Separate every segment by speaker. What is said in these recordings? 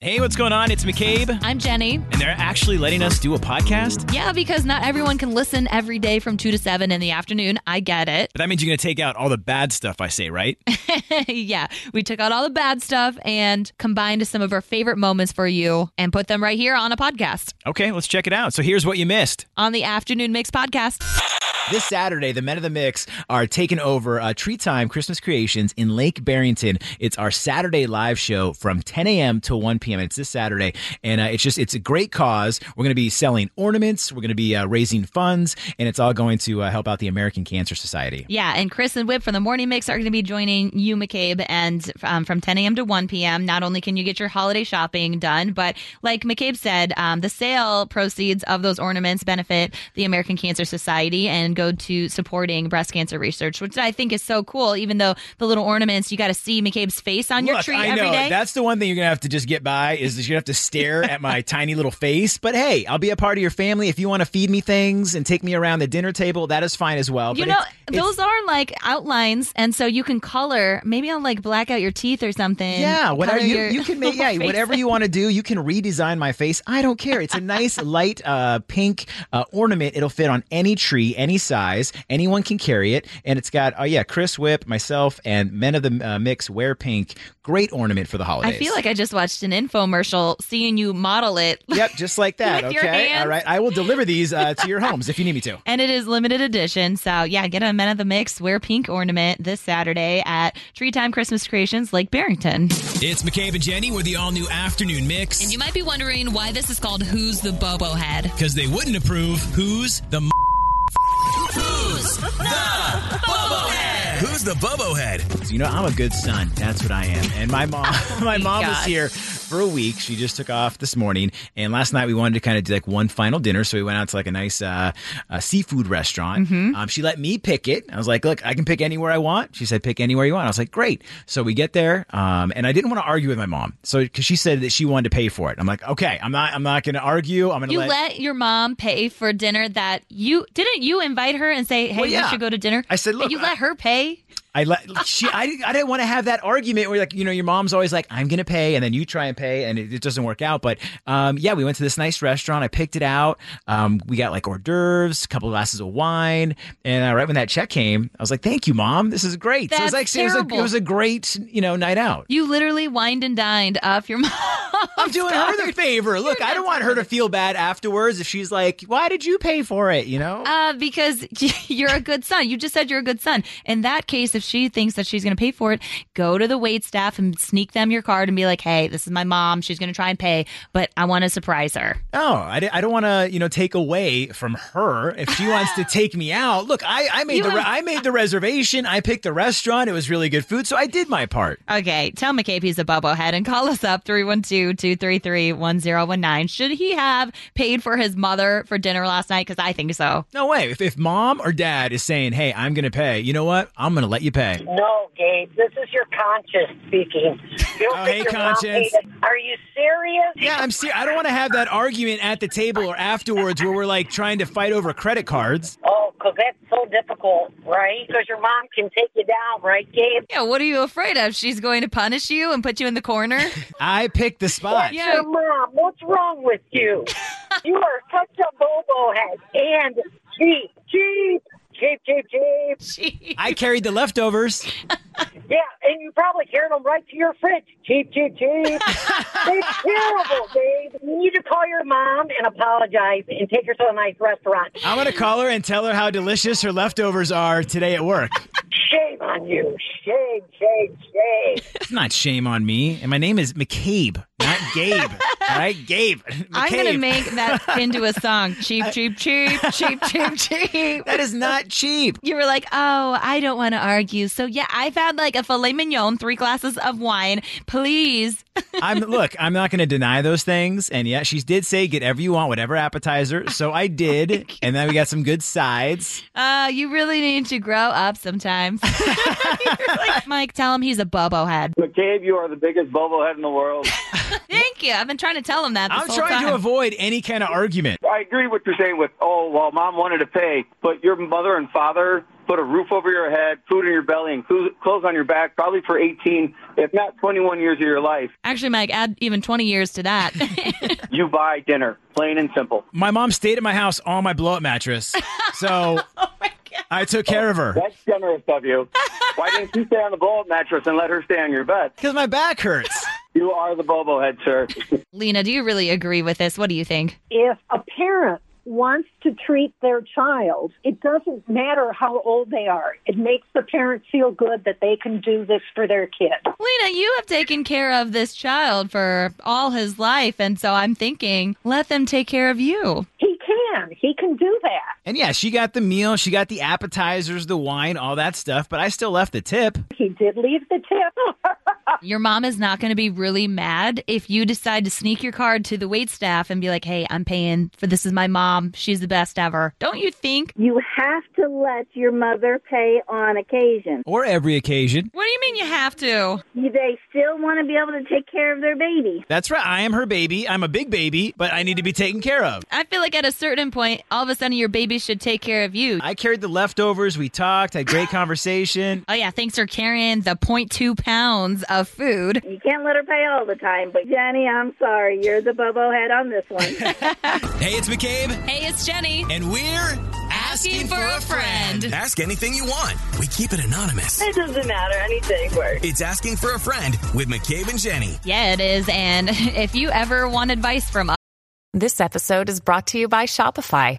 Speaker 1: Hey, what's going on? It's McCabe,
Speaker 2: I'm Jenny.
Speaker 1: and they're actually letting us do a podcast.
Speaker 2: Yeah, because not everyone can listen every day from 2 to 7 in the afternoon. I get it.
Speaker 1: But that means you're going to take out all the bad stuff I say, right?
Speaker 2: yeah, we took out all the bad stuff and combined some of our favorite moments for you and put them right here on a podcast
Speaker 1: okay, let's check it out. So here's what you missed.
Speaker 2: on the Afternoon Mix podcast.
Speaker 1: This Saturday, the Men of the Mix are taking over uh, Tree Time Christmas Creations in Lake Barrington. It's our Saturday live show from 10 a.m. to 1 p.m. It's this Saturday, and uh, it's just it's a great cause. We're going to be selling ornaments, we're going to be uh, raising funds, and it's all going to uh, help out the American Cancer Society.
Speaker 2: Yeah, and Chris and Whip from the Morning Mix are going to be joining you, McCabe, and um, from 10 a.m. to 1 p.m. Not only can you get your holiday shopping done, but like McCabe said, um, the sale proceeds of those ornaments benefit the American Cancer Society and go to supporting breast cancer research, which I think is so cool. Even though the little ornaments, you got to see McCabe's face on your
Speaker 1: Look,
Speaker 2: tree
Speaker 1: I
Speaker 2: every
Speaker 1: know
Speaker 2: day.
Speaker 1: that's the one thing you're gonna have to just get by is that you're gonna have to stare at my tiny little face. But hey, I'll be a part of your family if you want to feed me things and take me around the dinner table. That is fine as well.
Speaker 2: you
Speaker 1: but
Speaker 2: know,
Speaker 1: it's- it's-
Speaker 2: those are like outlines, and so you can color. Maybe I'll like black out your teeth or something.
Speaker 1: yeah, whatever
Speaker 2: Color
Speaker 1: you,
Speaker 2: your
Speaker 1: you can make,
Speaker 2: little
Speaker 1: yeah,
Speaker 2: face.
Speaker 1: whatever you want to do, you can redesign my face. I don't care. It's a nice light uh, pink uh, ornament. It'll fit on any tree, any size. Anyone can carry it, and it's got oh yeah, Chris Whip, myself, and Men of the uh, Mix wear pink. Great ornament for the holidays.
Speaker 2: I feel like I just watched an infomercial seeing you model it.
Speaker 1: Yep, just like that.
Speaker 2: With
Speaker 1: okay.
Speaker 2: your hands.
Speaker 1: All right. I will deliver these uh, to your homes if you need me to.
Speaker 2: And it is limited edition. So, yeah, get a Men of the Mix Wear Pink ornament this Saturday at Tree Time Christmas Creations, Lake Barrington.
Speaker 3: It's McCabe and Jenny with the all new afternoon mix.
Speaker 2: might be wondering why this is called Who's the Bobo Head?
Speaker 3: Because they wouldn't approve who's the m- Who's the Bobo Head? Who's the Bobo Head?
Speaker 1: You know, I'm a good son. That's what I am. And my mom, my mom was
Speaker 2: gosh.
Speaker 1: here for a week. She just took off this morning. And last night we wanted to kind of do like one final dinner, so we went out to like a nice uh, uh, seafood restaurant.
Speaker 2: Mm-hmm.
Speaker 1: Um, she let me pick it. I was like, "Look, I can pick anywhere I want." She said, "Pick anywhere you want." I was like, "Great." So we get there, um, and I didn't want to argue with my mom, so because she said that she wanted to pay for it. I'm like, "Okay, I'm not. I'm not going to argue. I'm going to
Speaker 2: You let your mom pay for dinner that you didn't you invite her and say, hey,
Speaker 1: yeah.
Speaker 2: we should go to dinner?
Speaker 1: I said,
Speaker 2: And
Speaker 1: "Look,
Speaker 2: you
Speaker 1: I-
Speaker 2: let her pay?
Speaker 1: I let she I, I didn't want to have that argument where like you know your mom's always like I'm gonna pay and then you try and pay and it, it doesn't work out but um, yeah we went to this nice restaurant I picked it out um, we got like hors d'oeuvres a couple glasses of wine and uh, right when that check came I was like thank you mom this is great so it was
Speaker 2: That's
Speaker 1: like it was, a, it
Speaker 2: terrible.
Speaker 1: was a great you know night out
Speaker 2: You literally wined and dined off your mom.
Speaker 1: I'm doing her the favor look I don't want her to feel bad afterwards if she's like why did you pay for it you know
Speaker 2: Uh, because you're a good son. You just said you're a good son. In that case, if she thinks that she's going to pay for it, go to the wait staff and sneak them your card and be like, "Hey, this is my mom. She's going to try and pay, but I want to surprise her."
Speaker 1: No, I, di- I don't want to, you know, take away from her if she wants to take me out. Look, I, I made
Speaker 2: You
Speaker 1: the re-
Speaker 2: have-
Speaker 1: I made the reservation. I picked the restaurant. It was really good food, so I did my part.
Speaker 2: Okay, tell McCabe he's a bubblehead and call us up 312-233-1019. Should he have paid for his mother for dinner last night? Because I think so.
Speaker 1: No way. If, if mom or dad is saying, "Hey, I'm going to pay," you know what? I'm going to let you pay.
Speaker 4: No, Gabe, this is your conscience speaking. You don't
Speaker 1: Oh, hey,
Speaker 4: think your mom
Speaker 1: conscience.
Speaker 4: hated- Are you serious?
Speaker 1: Yeah, I'm serious. I don't want to have that argument at the table or afterwards where we're like trying to fight over credit cards.
Speaker 4: Oh, because that's so difficult, right? Because your mom can take you down, right, Gabe?
Speaker 2: Yeah, what are you afraid of? She's going to punish you and put you in the corner?
Speaker 1: I picked the spot.
Speaker 2: Yeah.
Speaker 4: Your mom, what's wrong with you? you are such a bobo head. And cheap, cheap, cheap, cheap, cheap.
Speaker 2: She-
Speaker 1: I carried the leftovers.
Speaker 4: Yeah, and you probably carried them right to your fridge. Cheap, cheap, cheap. it's terrible, Gabe. You need to call your mom and apologize and take her to a nice restaurant.
Speaker 1: I'm going to call her and tell her how delicious her leftovers are today at work.
Speaker 4: Shame on you. Shame, shame, shame.
Speaker 1: It's not shame on me. And my name is McCabe, not Gabe. All right, Gabe.
Speaker 2: I'm going to
Speaker 1: McCabe.
Speaker 2: make that into a song. Cheap, cheap, cheap, cheap, cheap, cheap.
Speaker 1: That is not cheap.
Speaker 2: you were like, oh, I don't want to argue. So yeah, I've had like a filet mignon, three glasses of wine. Please.
Speaker 1: I'm look. I'm not going to deny those things. And yeah, she did say get ever you want, whatever appetizer. So I did. and then we got some good sides.
Speaker 2: Uh, you really need to grow up sometimes. You're like, Mike, tell him he's a bobo head.
Speaker 5: McCabe, you are the biggest bobblehead in the world.
Speaker 2: Thank you. I've been trying to tell him that. This
Speaker 1: I'm
Speaker 2: whole
Speaker 1: trying
Speaker 2: time.
Speaker 1: to avoid any kind of argument.
Speaker 5: I agree with what you're saying with, oh, well, mom wanted to pay, but your mother and father put a roof over your head, food in your belly, and clo- clothes on your back, probably for 18, if not 21 years of your life.
Speaker 2: Actually, Mike, add even 20 years to that.
Speaker 5: You buy dinner, plain and simple.
Speaker 1: My mom stayed at my house on my blow up mattress. So
Speaker 2: Oh
Speaker 1: I took care of her
Speaker 5: That's generous of you. Why didn't you stay on the blow up mattress and let her stay on your bed?
Speaker 1: because my back hurts.
Speaker 5: You are the Bobo head, sir.
Speaker 2: Lena, do you really agree with this? What do you think?
Speaker 6: if a parent wants to treat their child, it doesn't matter how old they are. It makes the parent feel good that they can do this for their kid.
Speaker 2: Lena, you have taken care of this child for all his life. And so I'm thinking, let them take care of you.
Speaker 6: He can. He can do that.
Speaker 1: And yeah, she got the meal, she got the appetizers, the wine, all that stuff, but I still left the tip.
Speaker 6: He did leave the tip.
Speaker 2: Your mom is not going to be really mad if you decide to sneak your card to the wait staff and be like, hey, I'm paying for this is my mom. She's the best ever. Don't you think?
Speaker 7: You have to let your mother pay on occasion.
Speaker 1: Or every occasion.
Speaker 2: What do you mean you have to?
Speaker 7: You- They still want to be able to take care of their baby.
Speaker 1: That's right. I am her baby. I'm a big baby, but I need to be taken care of.
Speaker 2: I feel like at a certain point, all of a sudden your baby should take care of you.
Speaker 1: I carried the leftovers. We talked, had great conversation.
Speaker 2: Oh, yeah. Thanks for carrying the 0.2 pounds of food.
Speaker 7: You can't let her pay all the time, but Jenny, I'm sorry. You're the bobo head on this one.
Speaker 3: Hey, it's McCabe,
Speaker 2: Hey, it's Jenny.
Speaker 3: and we're asking
Speaker 2: for a friend.
Speaker 3: Ask anything you want. We keep it anonymous.
Speaker 7: it doesn't matter. Anything works.
Speaker 3: It's asking for a friend with McCabe and Jenny.
Speaker 2: Yeah, it is. And if you ever want advice from us,
Speaker 8: This episode is brought to you by Shopify.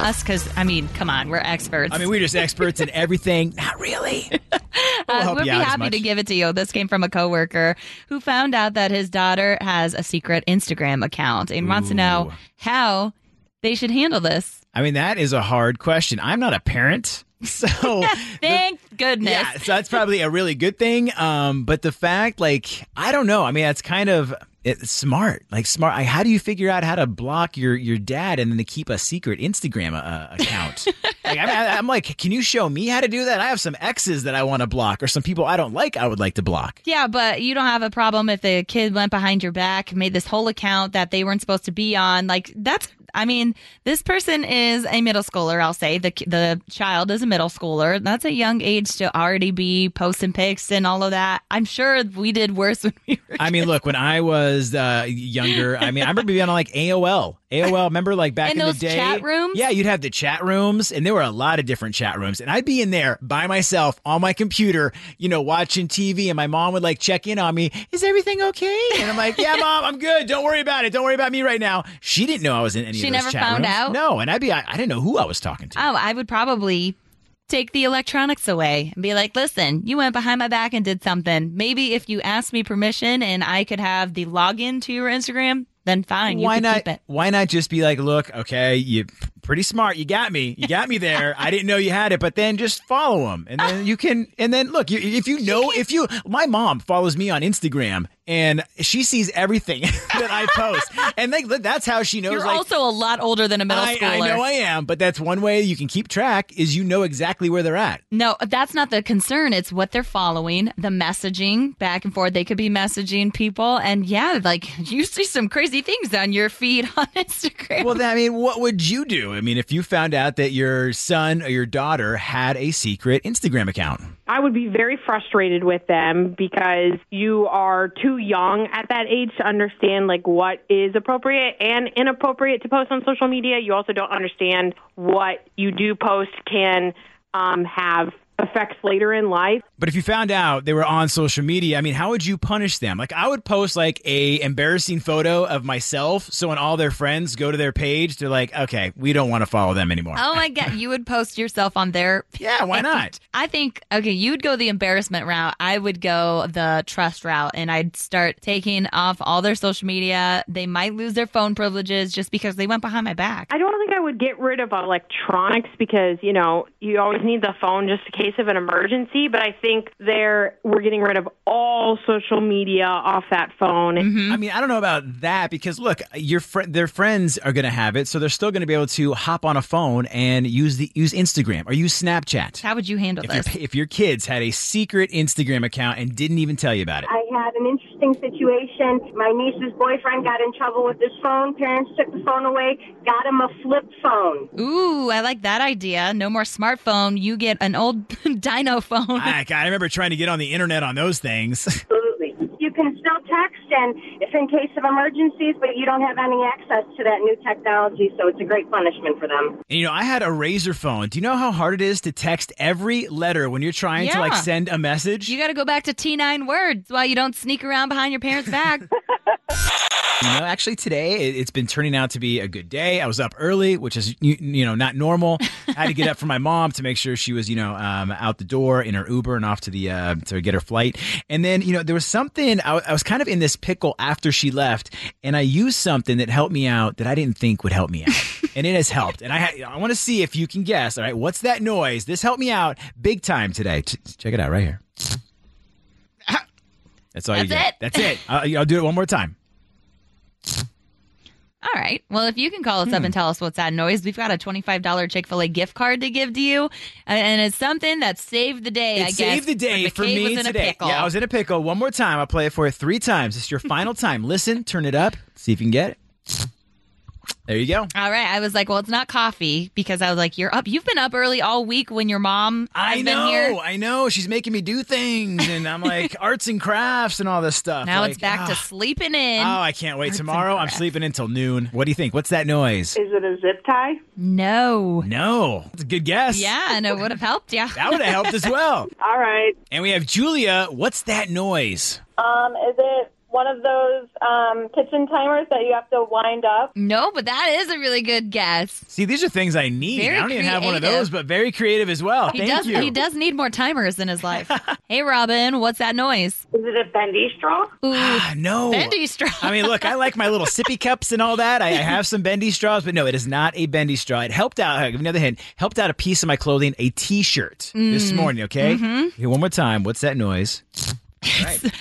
Speaker 2: us, because I mean, come on, we're experts.
Speaker 1: I mean, we're just experts in everything. Not really. We'll help
Speaker 2: would
Speaker 1: you
Speaker 2: Uh,
Speaker 1: out
Speaker 2: be
Speaker 1: as
Speaker 2: happy
Speaker 1: much.
Speaker 2: to give it to you. This came from a coworker who found out that his daughter has a secret Instagram account and wants to know
Speaker 1: Ooh.
Speaker 2: how they should handle this.
Speaker 1: I mean, that is a hard question. I'm not a parent. So
Speaker 2: Thank goodness.
Speaker 1: Yeah, so that's probably a really good thing. Um, but the fact, like, I don't know. I mean, that's kind of it's smart. Like, smart. I, how do you figure out how to block your your dad and then to keep a secret Instagram uh, account? like, I'm, I'm like, can you show me how to do that? I have some exes that I want to block, or some people I don't like. I would like to block.
Speaker 2: Yeah, but you don't have a problem if the kid went behind your back, made this whole account that they weren't supposed to be on. Like that's, I mean, this person is a middle schooler. I'll say the the child is a middle schooler. That's a young age to already be posting pics and all of that. I'm sure we did worse when we were.
Speaker 1: I mean, look, when I was uh, younger, I mean, I remember being on like AOL. AOL, remember like back
Speaker 2: And
Speaker 1: in
Speaker 2: those
Speaker 1: the day?
Speaker 2: chat rooms?
Speaker 1: Yeah, you'd have the chat rooms, and there were a lot of different chat rooms. And I'd be in there by myself on my computer, you know, watching TV, and my mom would like check in on me. Is everything okay? And I'm like, yeah, mom, I'm good. Don't worry about it. Don't worry about me right now. She didn't know I was in any
Speaker 2: She
Speaker 1: of those
Speaker 2: never
Speaker 1: chat
Speaker 2: found
Speaker 1: rooms.
Speaker 2: out?
Speaker 1: No, and I'd be, I, I didn't know who I was talking to.
Speaker 2: Oh, I would probably take the electronics away and be like, listen, you went behind my back and did something. Maybe if you asked me permission and I could have the login to your Instagram, then fine. You
Speaker 1: why
Speaker 2: can
Speaker 1: not?
Speaker 2: Keep it.
Speaker 1: Why not just be like, look, okay, you pretty smart. You got me. You got me there. I didn't know you had it, but then just follow him, and then you can. And then look, you, if you know, if you, my mom follows me on Instagram, and she sees everything that I post, and like that's how she knows.
Speaker 2: You're
Speaker 1: like,
Speaker 2: also a lot older than a middle
Speaker 1: I,
Speaker 2: schooler.
Speaker 1: I know I am, but that's one way you can keep track is you know exactly where they're at.
Speaker 2: no, that's not the concern. It's what they're following, the messaging back and forth. They could be messaging people. And yeah, like you see some crazy things on your feed on Instagram.
Speaker 1: Well, then, I mean, what would you do? I mean, if you found out that your son or your daughter had a secret Instagram account.
Speaker 9: I would be very frustrated with them because you are too young at that age to understand like what is appropriate and inappropriate to post on social media. You also don't understand what you do post can um, have effects later in life.
Speaker 1: But if you found out they were on social media, I mean, how would you punish them? Like I would post like a embarrassing photo of myself so when all their friends go to their page, they're like, "Okay, we don't want to follow them anymore."
Speaker 2: Oh my god, you would post yourself on there.
Speaker 1: Yeah, why not?
Speaker 2: I think okay, you'd go the embarrassment route. I would go the trust route and I'd start taking off all their social media. They might lose their phone privileges just because they went behind my back.
Speaker 9: I don't think I would get rid of electronics because, you know, you always need the phone just in case of an emergency, but I think there we're getting rid of all social media off that phone.
Speaker 1: I mean, I don't know about that because look, your fr- their friends are going to have it, so they're still going to be able to hop on a phone and use the use Instagram or use Snapchat.
Speaker 2: How would you handle
Speaker 1: If,
Speaker 2: this?
Speaker 1: your, if your kids had a secret Instagram account and didn't even tell you about it.
Speaker 10: I had an interesting situation. My niece's boyfriend got in trouble with his phone. Parents took the phone away, got him a flip phone.
Speaker 2: Ooh, I like that idea. No more smartphone. You get an old dino phone.
Speaker 1: I, God, I remember trying to get on the internet on those things.
Speaker 10: Absolutely. You can still text, and if in case of emergencies, but you don't have any access to that new technology, so it's a great punishment for them.
Speaker 1: And you know, I had a razor phone. Do you know how hard it is to text every letter when you're trying to like
Speaker 2: Yeah.
Speaker 1: send a message?
Speaker 2: You got to go back to T9 words while you don't sneak around behind your parents' back.
Speaker 1: You know, actually today it, it's been turning out to be a good day. I was up early, which is you, you know not normal. I had to get up for my mom to make sure she was you know um, out the door in her Uber and off to the uh, to get her flight. And then you know there was something I, wa- I was kind of in this pickle after she left, and I used something that helped me out that I didn't think would help me out, and it has helped. And I ha- I want to see if you can guess. All right, what's that noise? This helped me out big time today. Ch- check it out right here. That's all you
Speaker 2: That's
Speaker 1: get.
Speaker 2: it?
Speaker 1: That's it. I'll, I'll do it one more time.
Speaker 2: All right. Well, if you can call us up
Speaker 1: Hmm.
Speaker 2: and tell us what's that noise, we've got a $25 Chick fil A gift card to give to you. And it's something that saved the day,
Speaker 1: It
Speaker 2: I guess.
Speaker 1: saved the day
Speaker 2: when
Speaker 1: for
Speaker 2: McCabe
Speaker 1: me
Speaker 2: was in
Speaker 1: today.
Speaker 2: A pickle.
Speaker 1: Yeah, I was in a pickle. One more time. I'll play it for you three times. It's your final time. Listen, turn it up, see if you can get it. There you go.
Speaker 2: All right. I was like, well, it's not coffee because I was like, you're up. You've been up early all week when your mom
Speaker 1: I
Speaker 2: has
Speaker 1: know,
Speaker 2: been here.
Speaker 1: I know. She's making me do things, and I'm like arts and crafts and all this stuff.
Speaker 2: Now
Speaker 1: Like,
Speaker 2: it's back to
Speaker 1: ah,
Speaker 2: sleeping in.
Speaker 1: Oh, I can't wait. Tomorrow I'm sleeping until noon. What do you think? What's that noise?
Speaker 2: Is it a zip tie? No.
Speaker 1: No. That's a good guess.
Speaker 2: Yeah, and it would have helped. Yeah.
Speaker 1: That would have helped as well.
Speaker 11: All right.
Speaker 1: And we have Julia. What's that noise?
Speaker 11: Um, is it one of those um, kitchen timers that you have to wind up?
Speaker 2: No, but that is a really good guess.
Speaker 1: See, these are things I need.
Speaker 2: Very
Speaker 1: I don't even have one of
Speaker 2: creative.
Speaker 1: those, but very creative as well.
Speaker 2: He
Speaker 1: Thank
Speaker 2: does.
Speaker 1: you.
Speaker 2: He does need more timers in his life. hey, Robin, what's that noise? Is
Speaker 10: it a bendy straw?
Speaker 2: Ooh,
Speaker 1: Ah, No.
Speaker 2: bendy straw.
Speaker 1: I mean, look, I like my little sippy cups and all that. I, I have some bendy straws, but no, it is not a bendy straw. It helped out. I'll give you another hint. Helped out a piece of my clothing, a T-shirt this
Speaker 2: Mm.
Speaker 1: morning. Okay.
Speaker 2: Mhm.
Speaker 1: Here, one more time. What's that noise?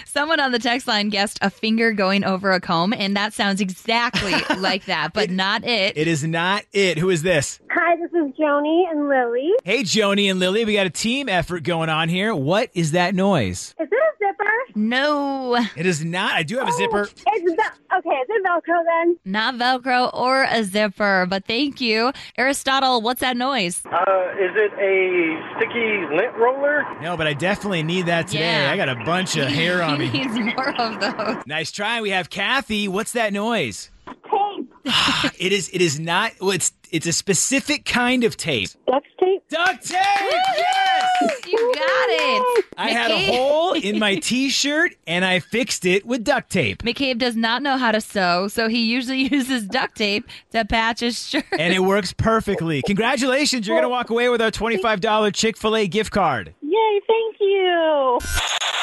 Speaker 2: Someone on the text line guessed a finger going over a comb, and that sounds exactly like that, but not it.
Speaker 1: It is not it. Who is this?
Speaker 11: Hi, this is Joni and Lily.
Speaker 1: Hey, Joni and Lily, we got a team effort going on here. What is that noise?
Speaker 11: Is it a zipper?
Speaker 2: No.
Speaker 1: It is not. I do have a zipper.
Speaker 2: Oh.
Speaker 11: It's ve- okay. Is it Velcro then?
Speaker 2: Not Velcro or a zipper, but thank you. Aristotle, what's that noise?
Speaker 5: Uh, is it a sticky lint roller?
Speaker 1: No, but I definitely need that today.
Speaker 2: Yeah.
Speaker 1: I got a bunch of hair on
Speaker 2: he
Speaker 1: me.
Speaker 2: needs more of those.
Speaker 1: Nice try. We have Kathy. What's that noise? Tape. it is. It is not. Well, it's. It's a specific kind of tape.
Speaker 11: Duct tape.
Speaker 1: Duct tape. Yes.
Speaker 2: You got it.
Speaker 1: I had a
Speaker 2: McCabe-
Speaker 1: hole in my T-shirt and I fixed it with duct tape,
Speaker 2: McCabe does not know how to sew, so he usually uses duct tape to patch his shirt.
Speaker 1: and it works perfectly. Congratulations! You're gonna walk away with our twenty-five dollar Chick-fil-A gift card.
Speaker 11: Yay! Thank you.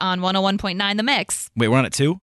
Speaker 2: on 101.9 The Mix.
Speaker 1: Wait, we're on it too?